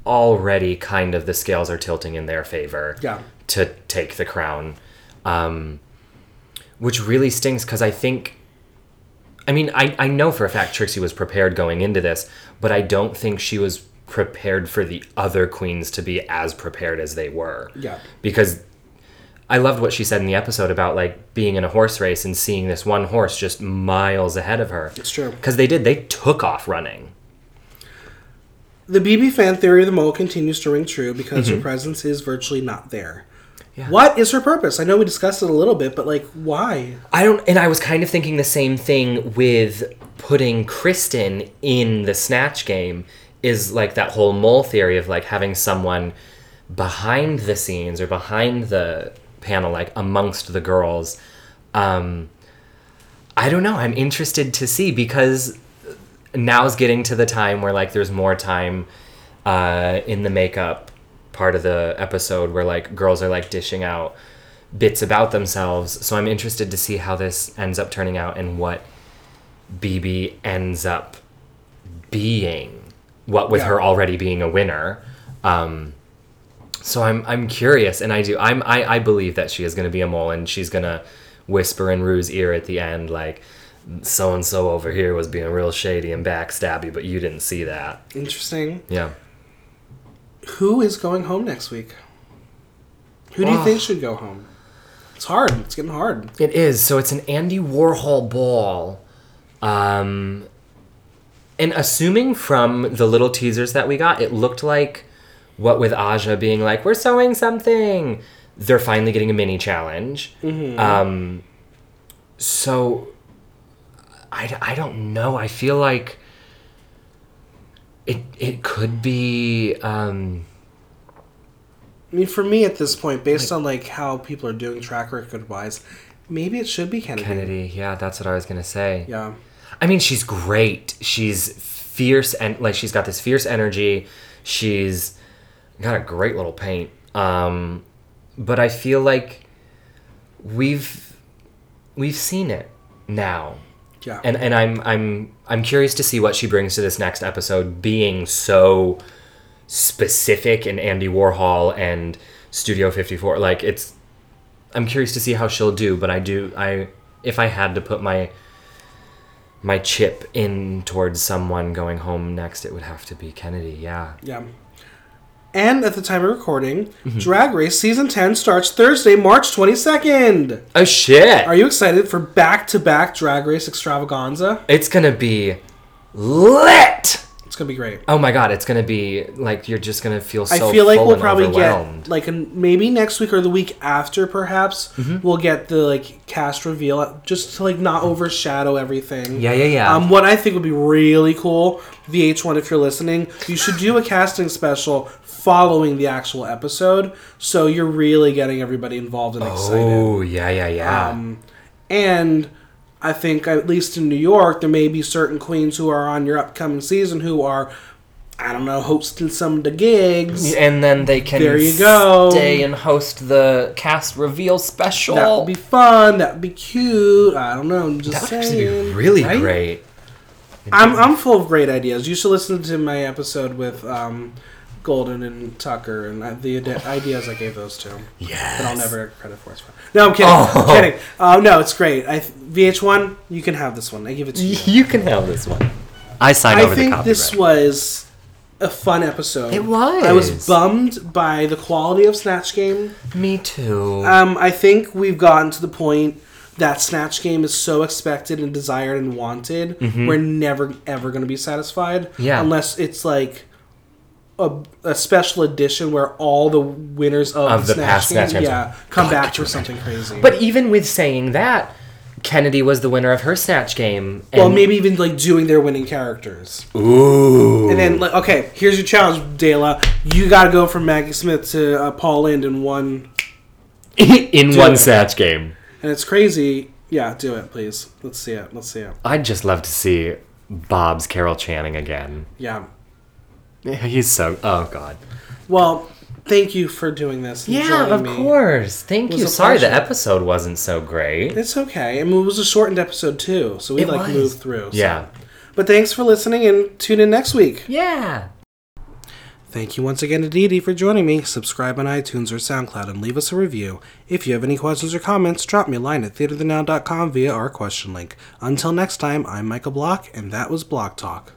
already kind of the scales are tilting in their favor Yeah. to take the crown. Um, which really stings because I think. I mean, I, I know for a fact Trixie was prepared going into this, but I don't think she was prepared for the other queens to be as prepared as they were Yeah. because I loved what she said in the episode about like being in a horse race and seeing this one horse just miles ahead of her. It's true. Because they did, they took off running. The BB fan theory of the mole continues to ring true because her presence is virtually not there. Yeah. What is her purpose? I know we discussed it a little bit, but like, why? I don't, and I was kind of thinking the same thing with putting Kristen in the snatch game is like that whole mole theory of like having someone behind the scenes or behind the panel, like amongst the girls. Um, I don't know. I'm interested to see because now's getting to the time where like there's more time uh, in the makeup part of the episode where like girls are like dishing out bits about themselves. So I'm interested to see how this ends up turning out and what BB ends up being. What with Yeah. her already being a winner. Um, so I'm I'm curious, and I do I'm I, I believe that she is going to be a mole, and she's going to whisper in Rue's ear at the end like. So and so over here was being real shady and backstabby, but you didn't see that. Interesting. Yeah. Who is going home next week? Who do you Ugh. think should go home? It's hard. It's getting hard. It is. So it's an Andy Warhol ball. Um, and assuming from the little teasers that we got, it looked like what with Aja being like, we're sewing something, they're finally getting a mini challenge. Um, so I, I don't know. I feel like it, it could be. Um, I mean, for me at this point, based on like how people are doing track record wise, maybe it should be Kennedy. Kennedy. Yeah, that's what I was going to say. Yeah. I mean, she's great. She's fierce and like she's got this fierce energy. She's got a great little paint. Um, but I feel like we've we've seen it now, Yeah. and and I'm I'm I'm curious to see what she brings to this next episode, being so specific and Andy Warhol and Studio 54. Like it's, I'm curious to see how she'll do. But I do I if I had to put my my chip in towards someone going home next, it would have to be Kennedy. Yeah. yeah. And at the time of recording, Drag Race Season 10 starts Thursday, March 22nd. Oh shit! Are you excited for back to back Drag Race extravaganza? it's gonna be lit. It's going to be great. Oh my god! It's gonna be like you're just gonna feel so. I feel like full we'll and probably overwhelmed. get like an, maybe next week or the week after, perhaps Mm-hmm. we'll get the like cast reveal uh, just to like not overshadow everything. Yeah, yeah, yeah. Um, what I think would be really cool, VH1, if you're listening, you should do a casting special following the actual episode, so you're really getting everybody involved and excited. Oh yeah, yeah, yeah. Um, and I think at least in New York, there may be certain queens who are on your upcoming season who are, I don't know, hosting some of the gigs. And then they can There you go. stay and host the cast reveal special. That would be fun. That would be cute. I don't know. I'm just That would saying. actually be really right? great. I'm, I'm full of great ideas. You should listen to my episode with um, Golden and Tucker and uh, the ide- ideas I gave those two. Yes. But I'll never get credit for it. No, I'm kidding. Oh. I'm kidding. Uh, no, it's great. I, VH1, you can have this one. I give it to you. You can have this one. I sign I over the think copyright. this was a fun episode. It was. I was bummed by the quality of Snatch Game. Me too. Um, I think we've gotten to the point that Snatch Game is so expected and desired and wanted. We're never ever going to be satisfied. Mm-hmm. Yeah. Unless it's like. A, a special edition where all the winners of, Of the past Snatch Games. Oh, yeah, come God, back could you for something crazy. but even with saying that, Kennedy was the winner of her snatch game. And well, maybe even like doing their winning characters. Ooh. And then, like, okay, here's your challenge, Dela. You gotta go from Maggie Smith to uh, Paul Lind in one, in it. one snatch game. and it's crazy. Yeah, do it, please. Let's see it. Let's see it. I'd just love to see Bob's Carol Channing again. Yeah. He's so. Oh God. Well, thank you for doing this. and joining me. course. Thank was a pleasure. episode wasn't so great. It's okay. I mean, it was a shortened episode too, so we It like was. moved through. so- Yeah. But thanks for listening, and tune in next week. Yeah. Thank you once again to Dee Dee for joining me. Subscribe on iTunes or SoundCloud and leave us a review. If you have any questions or comments, drop me a line at theaterthenow.com via our question link. Until next time, I'm Michael Block, and that was Block Talk.